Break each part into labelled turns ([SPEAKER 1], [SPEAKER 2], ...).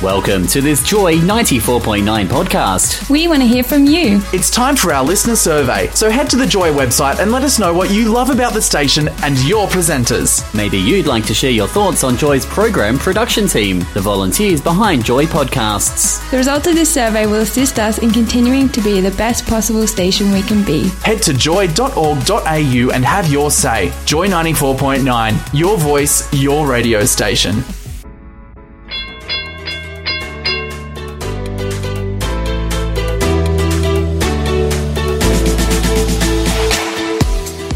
[SPEAKER 1] Welcome to this Joy 94.9 podcast.
[SPEAKER 2] We want to hear from you.
[SPEAKER 3] It's time for our listener survey, so head to the Joy website and let us know what you love about the station and your presenters.
[SPEAKER 1] Maybe you'd like to share your thoughts on Joy's program production team, the volunteers behind Joy Podcasts.
[SPEAKER 2] The results of this survey will assist us in continuing to be the best possible station we can be.
[SPEAKER 3] Head to joy.org.au and have your say. Joy 94.9, your voice, your radio station.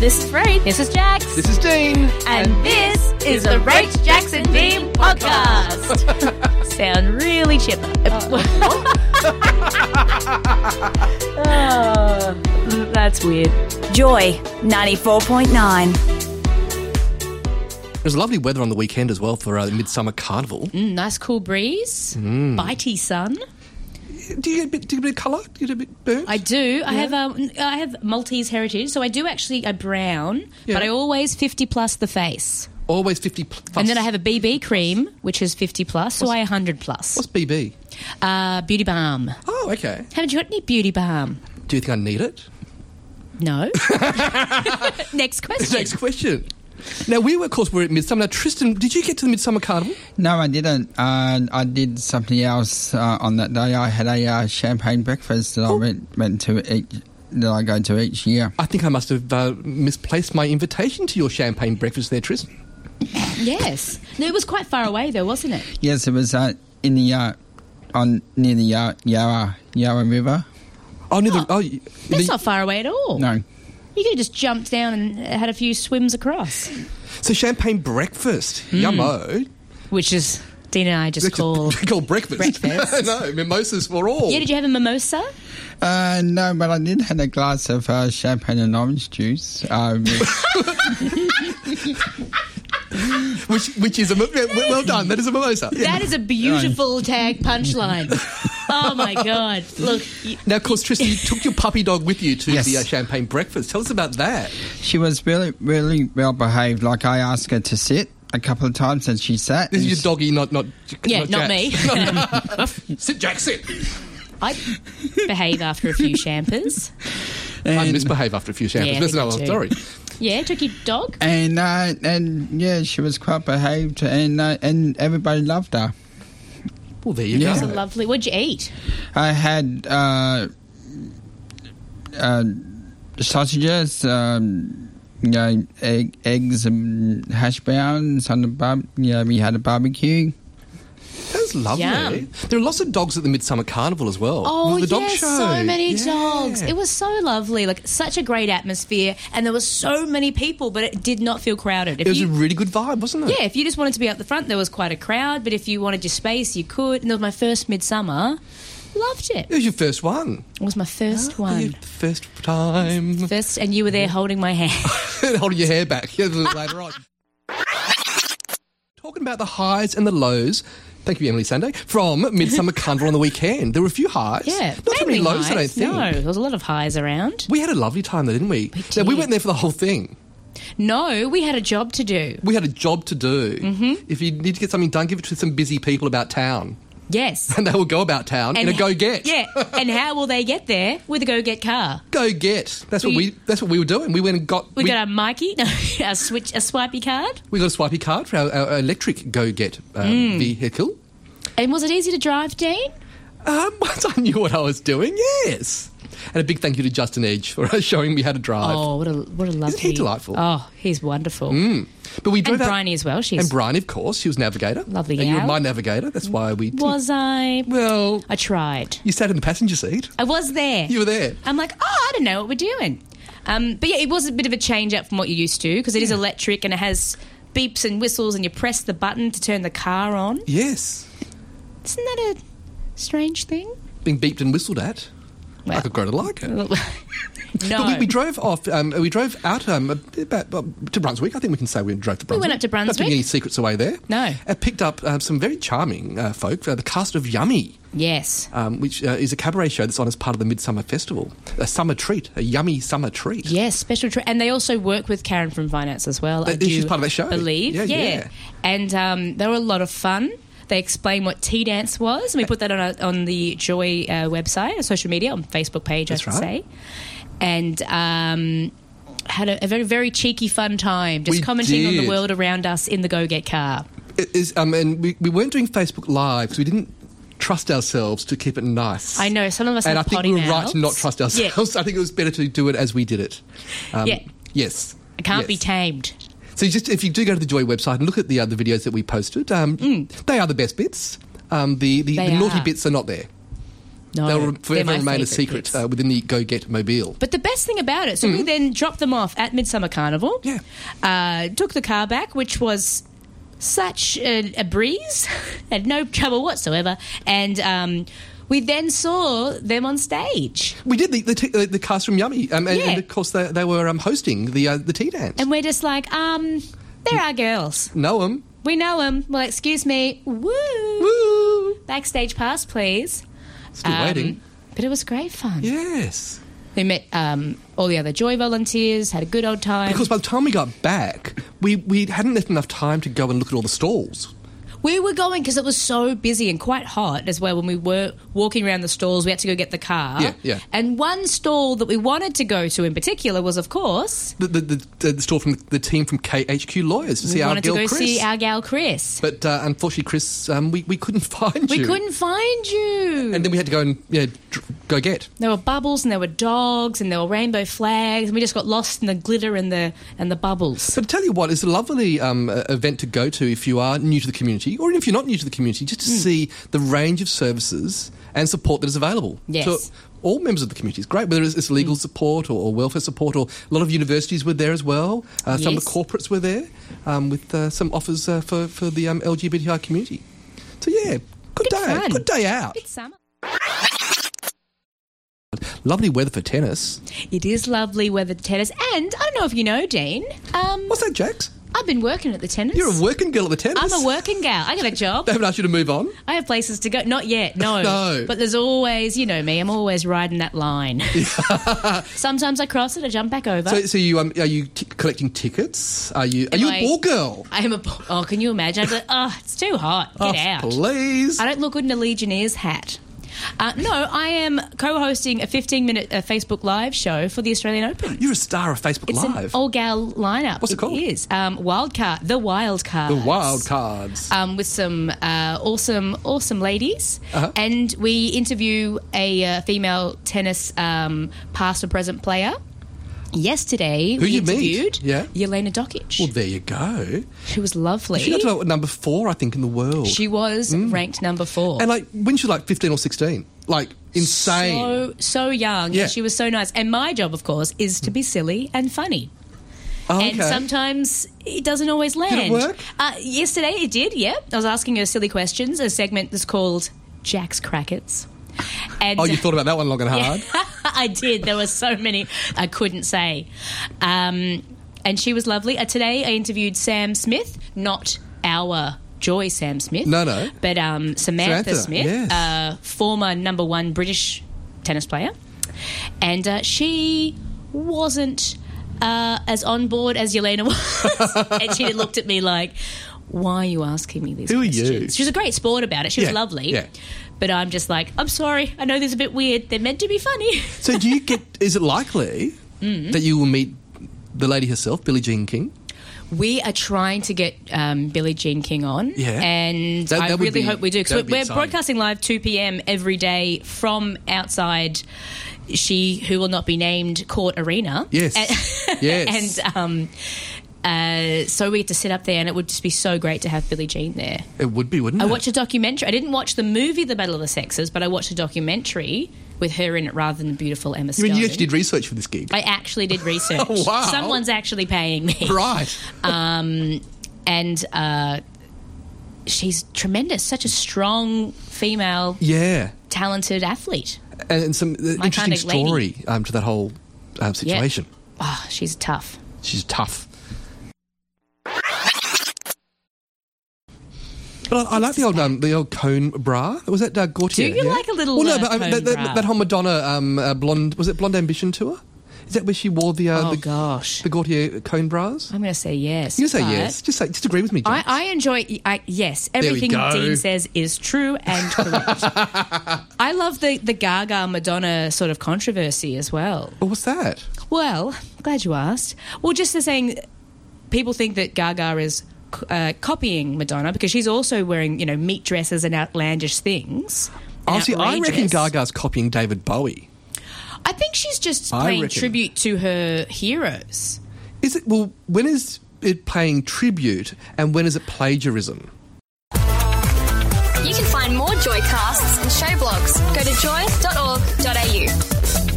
[SPEAKER 4] This is Freight.
[SPEAKER 5] This is Jax.
[SPEAKER 6] This is Dean.
[SPEAKER 4] And this is the Rach Jackson Dean podcast. Sound really chipper.
[SPEAKER 5] Uh,
[SPEAKER 4] Oh, that's weird. Joy 94.9.
[SPEAKER 6] It was lovely weather on the weekend as well for uh, Midsummer Carnival.
[SPEAKER 5] Mm, nice cool breeze.
[SPEAKER 6] Mm.
[SPEAKER 5] Bitey sun.
[SPEAKER 6] Do you get a bit, do you get a bit of colour? Do you get a bit burnt?
[SPEAKER 5] I do. I have um, I have Maltese heritage, so I do actually I brown,
[SPEAKER 6] Yeah.
[SPEAKER 5] but I always fifty plus the face,
[SPEAKER 6] Always 50 plus.
[SPEAKER 5] and then I have a BB cream which is fifty plus, so I hundred plus.
[SPEAKER 6] What's BB?
[SPEAKER 5] Uh, beauty balm.
[SPEAKER 6] Oh, okay.
[SPEAKER 5] Haven't you got any beauty balm?
[SPEAKER 6] Do you think I need it?
[SPEAKER 5] No. Next question.
[SPEAKER 6] Next question. Now, we were, of course, we're at Midsummer. Now, Tristan, did you get to the Midsummer Carnival?
[SPEAKER 7] No, I didn't. Uh, I did something else uh, on that day. I had a uh, champagne breakfast that I went, went to each that I go to each year.
[SPEAKER 6] I think I must have uh, misplaced my invitation to your champagne breakfast there, Tristan.
[SPEAKER 5] Yes. No, it was quite far away though, wasn't it?
[SPEAKER 7] Yes, it was uh, in the uh, on near the uh, Yarra Yarra River.
[SPEAKER 6] Oh, near the.
[SPEAKER 5] Oh,
[SPEAKER 6] Oh, you-
[SPEAKER 5] That's
[SPEAKER 6] the-
[SPEAKER 5] not far away at all.
[SPEAKER 7] No,
[SPEAKER 5] You could have just jumped down and had a few swims across,
[SPEAKER 6] so, champagne breakfast.
[SPEAKER 5] Hmm.
[SPEAKER 6] Yummo.
[SPEAKER 5] which is Dina and I just
[SPEAKER 6] That's
[SPEAKER 5] called.
[SPEAKER 6] just- called breakfast.
[SPEAKER 5] Breakfast.
[SPEAKER 6] no, mimosas for all.
[SPEAKER 5] Yeah, did you have a mimosa?
[SPEAKER 7] uh, no, but I did have a glass of uh, champagne and orange juice. Um,
[SPEAKER 6] which, which is a. mi- yeah, Well done. That is a mimosa.
[SPEAKER 5] That is a beautiful tag punchline. oh my god! Look, y-
[SPEAKER 6] Now, of course, Tristan, you took your puppy dog with you to
[SPEAKER 7] Yes.
[SPEAKER 6] the uh, champagne breakfast. Tell us about that.
[SPEAKER 7] she was really really well behaved. Like I asked her to sit a couple of times, and she sat.
[SPEAKER 6] This
[SPEAKER 7] and
[SPEAKER 6] is your doggy,
[SPEAKER 7] she-
[SPEAKER 6] not not.
[SPEAKER 5] yeah, not
[SPEAKER 6] Jack.
[SPEAKER 5] me.
[SPEAKER 6] sit, Jack. Sit.
[SPEAKER 5] I behave after a few champers.
[SPEAKER 6] I
[SPEAKER 7] and-
[SPEAKER 6] misbehave after a few champers.
[SPEAKER 5] Yeah, I
[SPEAKER 6] That's
[SPEAKER 5] think I
[SPEAKER 6] another
[SPEAKER 5] do.
[SPEAKER 6] story.
[SPEAKER 5] Yeah, took your dog.
[SPEAKER 7] and uh, and yeah, she was quite behaved, and uh, and everybody loved her.
[SPEAKER 6] Well, there you
[SPEAKER 7] Yeah.
[SPEAKER 5] It's a
[SPEAKER 6] go.
[SPEAKER 5] lovely. What'd you eat?
[SPEAKER 7] I had uh, uh, sausages, um, you know, egg, eggs, and hash browns on the bar. You know, we had a barbecue.
[SPEAKER 6] That's lovely.
[SPEAKER 5] Yum.
[SPEAKER 6] There are lots of dogs at the Midsummer Carnival as well.
[SPEAKER 5] Oh,
[SPEAKER 6] the dog
[SPEAKER 5] yes,
[SPEAKER 6] show.
[SPEAKER 5] so many
[SPEAKER 6] Yeah.
[SPEAKER 5] dogs. It was so lovely, like such a great atmosphere, and there were so many people, but it did not feel crowded. If
[SPEAKER 6] It was
[SPEAKER 5] you-
[SPEAKER 6] a really good vibe, wasn't it?
[SPEAKER 5] yeah, if you just wanted to be up the front, there was quite a crowd. But if you wanted your space, you could. And that was my first midsummer. Loved it.
[SPEAKER 6] It Oh, was your first one.
[SPEAKER 5] It was my first
[SPEAKER 6] Your
[SPEAKER 5] one.
[SPEAKER 6] first time.
[SPEAKER 5] First, and you were there holding my hand.
[SPEAKER 6] Holding your hair back Yeah, later on. Talking about the highs and the lows. Thank you, Emily Sunday. From Midsummer Carnival on the weekend. There were a few highs.
[SPEAKER 5] Yeah,
[SPEAKER 6] Not so many
[SPEAKER 5] mainly
[SPEAKER 6] lows, I don't
[SPEAKER 5] highs.
[SPEAKER 6] think.
[SPEAKER 5] No, there was a lot of highs around.
[SPEAKER 6] We had a lovely time though, didn't we?
[SPEAKER 5] We
[SPEAKER 6] Now, we
[SPEAKER 5] did.
[SPEAKER 6] went there for the whole thing.
[SPEAKER 5] No, we had a job to do.
[SPEAKER 6] We had a job to do. Mm-hmm. If you need to get something done, give it to some busy people about town.
[SPEAKER 5] Yes.
[SPEAKER 6] And they will go about town in a go get.
[SPEAKER 5] Yeah. and how will they get there? With a go get car.
[SPEAKER 6] Go get. That's what
[SPEAKER 5] We-
[SPEAKER 6] we that's what we were doing. We went and got
[SPEAKER 5] We, got our Mikey, no, our switch, a Hmm. swipey card.
[SPEAKER 6] we got a swipey card for our, our electric go get um, vehicle.
[SPEAKER 5] And was it easy to drive, Dean?
[SPEAKER 6] Um, once I knew what I was doing, yes. And a big thank you to Justin Edge for showing me how to drive.
[SPEAKER 5] Oh, what a what a lovely.
[SPEAKER 6] he delightful?
[SPEAKER 5] Oh, he's wonderful.
[SPEAKER 6] But we
[SPEAKER 5] And
[SPEAKER 6] drove out-
[SPEAKER 5] Bryony as well. She's
[SPEAKER 6] And Brian, of course, she was navigator.
[SPEAKER 5] Lovely
[SPEAKER 6] And you were
[SPEAKER 5] gal.
[SPEAKER 6] my navigator. That's why we
[SPEAKER 5] was I.
[SPEAKER 6] well.
[SPEAKER 5] I tried.
[SPEAKER 6] You sat in the passenger seat.
[SPEAKER 5] I was there.
[SPEAKER 6] You were there.
[SPEAKER 5] I'm like, oh, I don't know what we're doing. Um, but yeah, it was a bit of a change up from what you're used to because it is electric and it has beeps and whistles, and you press the button to turn the car on.
[SPEAKER 6] Yes.
[SPEAKER 5] Isn't that a strange thing?
[SPEAKER 6] being beeped and whistled at. I could grow to like it.
[SPEAKER 5] no.
[SPEAKER 6] Uh, But we, we drove off. Um, we drove out um, about, uh, to Brunswick. I think we can say we drove to Brunswick.
[SPEAKER 5] went up to
[SPEAKER 6] Not putting
[SPEAKER 5] Brunswick.
[SPEAKER 6] any secrets away there.
[SPEAKER 5] No.
[SPEAKER 6] I picked up um, some very charming uh, folk. Uh, the cast of Yummy,
[SPEAKER 5] yes.
[SPEAKER 6] um, which uh, is a cabaret show that's on as part of the Midsummer Festival. A summer treat, a yummy summer treat.
[SPEAKER 5] Yes, special treat. And they also work with Karen from Finance as well. I
[SPEAKER 6] Th- she's
[SPEAKER 5] do
[SPEAKER 6] part of that show.
[SPEAKER 5] Believe,
[SPEAKER 6] Yeah,
[SPEAKER 5] yeah.
[SPEAKER 6] yeah.
[SPEAKER 5] And um, they were a lot of fun. They explain what tea dance was, and
[SPEAKER 6] Uh,
[SPEAKER 5] we put that on our, on the Joy uh, website, our social media, on Facebook page,
[SPEAKER 6] That's
[SPEAKER 5] I should
[SPEAKER 6] right.
[SPEAKER 5] say. And um, had a, a very very cheeky, fun time, just
[SPEAKER 6] We
[SPEAKER 5] commenting on
[SPEAKER 6] did.
[SPEAKER 5] the world around us in the Go Get Car.
[SPEAKER 6] It is, um, and we, we weren't doing Facebook Live, so we didn't trust ourselves to keep it nice.
[SPEAKER 5] I know, some of us
[SPEAKER 6] And I
[SPEAKER 5] have
[SPEAKER 6] think
[SPEAKER 5] potty
[SPEAKER 6] we were right
[SPEAKER 5] mouths.
[SPEAKER 6] to not trust ourselves. I think it was better to do it as we did it. Um,
[SPEAKER 5] Yeah.
[SPEAKER 6] Yes.
[SPEAKER 5] It can't be
[SPEAKER 6] Yes.
[SPEAKER 5] tamed.
[SPEAKER 6] So just if you do go to the Joy website and look at the other videos that we posted, um, they are the best bits. Um, the the,
[SPEAKER 5] Mm. They
[SPEAKER 6] the naughty
[SPEAKER 5] are.
[SPEAKER 6] bits are not there.
[SPEAKER 5] No,
[SPEAKER 6] They'll re-
[SPEAKER 5] they're
[SPEAKER 6] forever
[SPEAKER 5] my
[SPEAKER 6] remain a
[SPEAKER 5] favourite
[SPEAKER 6] secret
[SPEAKER 5] bits.
[SPEAKER 6] uh, within the Go Get Mobile.
[SPEAKER 5] But the best thing about it, so we then dropped them off at Midsummer Carnival.
[SPEAKER 6] Mm-hmm. Yeah.
[SPEAKER 5] Uh, took the car back, which was such a, a breeze, had no trouble whatsoever. And um, we then saw them on stage.
[SPEAKER 6] We did the the, t- uh, the cast from Yummy, um, and,
[SPEAKER 5] Yeah.
[SPEAKER 6] and of course they, they were um, hosting the uh, the tea dance.
[SPEAKER 5] And we're just like, um, they're our girls.
[SPEAKER 6] know them.
[SPEAKER 5] We know them. Well, excuse me. Woo.
[SPEAKER 6] Woo!
[SPEAKER 5] Backstage pass, please.
[SPEAKER 6] Still
[SPEAKER 5] Um,
[SPEAKER 6] waiting.
[SPEAKER 5] But it was great fun.
[SPEAKER 6] Yes.
[SPEAKER 5] We met um, all the other Joy volunteers, had a good old time.
[SPEAKER 6] Because by the time we got back, we, we hadn't left enough time to go and look at all the stalls.
[SPEAKER 5] We were going because it was so busy and quite hot as well. When we were walking around the stalls, we had to go get the car.
[SPEAKER 6] Yeah, yeah.
[SPEAKER 5] And one stall that we wanted to go to in particular was, of course,
[SPEAKER 6] The, the, the, the stall from the, team from KHQ Lawyers to
[SPEAKER 5] we
[SPEAKER 6] see our
[SPEAKER 5] wanted
[SPEAKER 6] girl
[SPEAKER 5] to go
[SPEAKER 6] Chris.
[SPEAKER 5] see our gal Chris.
[SPEAKER 6] But uh, unfortunately, Chris, um, we, we couldn't find
[SPEAKER 5] we
[SPEAKER 6] you.
[SPEAKER 5] couldn't find you.
[SPEAKER 6] And then we had to go and yeah, dr- go get.
[SPEAKER 5] there were bubbles and there were dogs and there were rainbow flags and we just got lost in the glitter and the and the bubbles.
[SPEAKER 6] But to tell you what, it's a lovely um, uh, event to go to if you are new to the community, or even if you're not new to the community, just to
[SPEAKER 5] Hmm.
[SPEAKER 6] see the range of services and support that is available.
[SPEAKER 5] Yes. Hmm.
[SPEAKER 6] To all members of the community It's great, whether it's, it's legal support or, or welfare support, or a lot of universities were there as well. Uh, Some of the
[SPEAKER 5] Yes.
[SPEAKER 6] corporates were there um, with uh, some offers uh, for, for the um, LGBTI community. So, yeah, good, day.
[SPEAKER 5] fun.
[SPEAKER 6] Good day out.
[SPEAKER 5] It's summer.
[SPEAKER 6] Lovely weather for tennis.
[SPEAKER 5] It is lovely weather tennis, and I don't know if you know, Dean. Um,
[SPEAKER 6] What's that, Jax?
[SPEAKER 5] I've been working at the tennis.
[SPEAKER 6] You're a working girl at the tennis.
[SPEAKER 5] I'm a working gal. I got a job.
[SPEAKER 6] They haven't asked you to move on.
[SPEAKER 5] I have places to go. Not yet, no.
[SPEAKER 6] No.
[SPEAKER 5] But there's always, you know me, I'm always riding that line. Sometimes I cross it, I jump back over.
[SPEAKER 6] So, so you um, are you t- collecting tickets? Are you are
[SPEAKER 5] Am
[SPEAKER 6] you a
[SPEAKER 5] I-
[SPEAKER 6] ball girl?
[SPEAKER 5] I am a. Oh, can you imagine? I'd be like, oh, it's too hot. Get
[SPEAKER 6] Oh,
[SPEAKER 5] out.
[SPEAKER 6] please.
[SPEAKER 5] I don't look good in a Legionnaires hat. Uh, no, I am co hosting a 15 minute uh, Facebook Live show for the Australian Open.
[SPEAKER 6] You're a star of Facebook
[SPEAKER 5] It's
[SPEAKER 6] Live.
[SPEAKER 5] an all gal lineup.
[SPEAKER 6] What's it called?
[SPEAKER 5] It is. Um, Wildcard. The Wild Card.
[SPEAKER 6] the wild cards.
[SPEAKER 5] um, with some uh, awesome, awesome ladies,
[SPEAKER 6] Uh-huh.
[SPEAKER 5] and we interview a uh, female tennis um, past and present player. Yesterday,
[SPEAKER 6] Who
[SPEAKER 5] we
[SPEAKER 6] you meet?
[SPEAKER 5] interviewed
[SPEAKER 6] Yeah.
[SPEAKER 5] Yelena Dokic.
[SPEAKER 6] well, there you go.
[SPEAKER 5] she was lovely.
[SPEAKER 6] She got to like, number four, I think, in the world.
[SPEAKER 5] She was ranked number four.
[SPEAKER 6] and like when she was like fifteen or sixteen, like insane.
[SPEAKER 5] So so young.
[SPEAKER 6] Yeah. Mm.
[SPEAKER 5] She was so nice. And my job, of course, is to be silly and funny.
[SPEAKER 6] Oh, okay.
[SPEAKER 5] And sometimes it doesn't always land.
[SPEAKER 6] it work?
[SPEAKER 5] Uh, yesterday it did, yeah. I was asking her silly questions, a segment that's called Jack's Crackets. And
[SPEAKER 6] oh, you thought about that one long and hard.
[SPEAKER 5] I did. There were so many I couldn't say. Um, and she was lovely. Uh, today I interviewed Sam Smith, not our Joy Sam Smith.
[SPEAKER 6] No, no.
[SPEAKER 5] But um,
[SPEAKER 6] Samantha,
[SPEAKER 5] Samantha, Smith,
[SPEAKER 6] yes.
[SPEAKER 5] uh, former number one British tennis player. And uh, she wasn't uh, as on board as Yelena was. and she looked at me like, why are you asking me these
[SPEAKER 6] Who are you?
[SPEAKER 5] questions? She was a great sport about it. She was
[SPEAKER 6] Yeah,
[SPEAKER 5] lovely.
[SPEAKER 6] yeah.
[SPEAKER 5] But I'm just like, I'm sorry. I know this is a bit weird. They're meant to be funny.
[SPEAKER 6] So, do you get? Is it likely
[SPEAKER 5] Mm-hmm.
[SPEAKER 6] that you will meet the lady herself, Billie Jean King?
[SPEAKER 5] We are trying to get um, Billie Jean King on,
[SPEAKER 6] Yeah.
[SPEAKER 5] and
[SPEAKER 6] That-
[SPEAKER 5] I
[SPEAKER 6] that would
[SPEAKER 5] really
[SPEAKER 6] be-
[SPEAKER 5] hope we do
[SPEAKER 6] that
[SPEAKER 5] because
[SPEAKER 6] would
[SPEAKER 5] we're,
[SPEAKER 6] be
[SPEAKER 5] we're
[SPEAKER 6] exciting.
[SPEAKER 5] broadcasting live 2 p.m. every day from outside she who will not be named court arena.
[SPEAKER 6] Yes.
[SPEAKER 5] and,
[SPEAKER 6] Yes.
[SPEAKER 5] and um, uh, so we get to sit up there, and it would just be so great to have Billie Jean there.
[SPEAKER 6] It would be, wouldn't
[SPEAKER 5] I
[SPEAKER 6] it?
[SPEAKER 5] watched a documentary. I didn't watch the movie The Battle of the Sexes, but I watched a documentary with her in it rather than the beautiful Emma
[SPEAKER 6] You
[SPEAKER 5] Stone.
[SPEAKER 6] mean you actually did research for this gig?
[SPEAKER 5] I actually did research.
[SPEAKER 6] Wow.
[SPEAKER 5] Someone's actually paying me
[SPEAKER 6] right.
[SPEAKER 5] and uh, she's tremendous. Such a strong female,
[SPEAKER 6] yeah.
[SPEAKER 5] talented athlete.
[SPEAKER 6] and, and some uh,
[SPEAKER 5] My
[SPEAKER 6] interesting
[SPEAKER 5] kind of lady.
[SPEAKER 6] story um, to that whole um,
[SPEAKER 5] Yeah.
[SPEAKER 6] situation.
[SPEAKER 5] Oh, she's tough.
[SPEAKER 6] She's tough. But I, I like the old um, the old cone bra. Was that uh, Gautier?
[SPEAKER 5] Do you
[SPEAKER 6] yeah?
[SPEAKER 5] like a little,
[SPEAKER 6] Well, no,
[SPEAKER 5] uh,
[SPEAKER 6] but I mean, that,
[SPEAKER 5] cone
[SPEAKER 6] that,
[SPEAKER 5] bra?
[SPEAKER 6] that whole Madonna um, uh, blonde was it blonde ambition tour? Is that where she wore the uh,
[SPEAKER 5] oh
[SPEAKER 6] the,
[SPEAKER 5] gosh,
[SPEAKER 6] the Gautier cone bras?
[SPEAKER 5] I'm going to say yes.
[SPEAKER 6] You say
[SPEAKER 5] but
[SPEAKER 6] yes. Just say just agree with me. James.
[SPEAKER 5] I, I enjoy. I, yes,
[SPEAKER 6] we
[SPEAKER 5] everything
[SPEAKER 6] go.
[SPEAKER 5] Dean says is true and correct. I love the the Gaga Madonna sort of controversy as well.
[SPEAKER 6] Well, what's that?
[SPEAKER 5] Well, glad you asked. Well, just the saying, people think that Gaga is uh, copying Madonna because she's also wearing, you know, meat dresses and outlandish things.
[SPEAKER 6] Oh, see, I reckon
[SPEAKER 5] Outrageous.
[SPEAKER 6] Gaga's copying David Bowie.
[SPEAKER 5] I think she's just
[SPEAKER 6] I
[SPEAKER 5] paying
[SPEAKER 6] reckon.
[SPEAKER 5] tribute to her heroes.
[SPEAKER 6] Is it? Well, when is it paying tribute, and when is it plagiarism?
[SPEAKER 8] You can find more Joycasts and show blogs. Go to joy.org.au.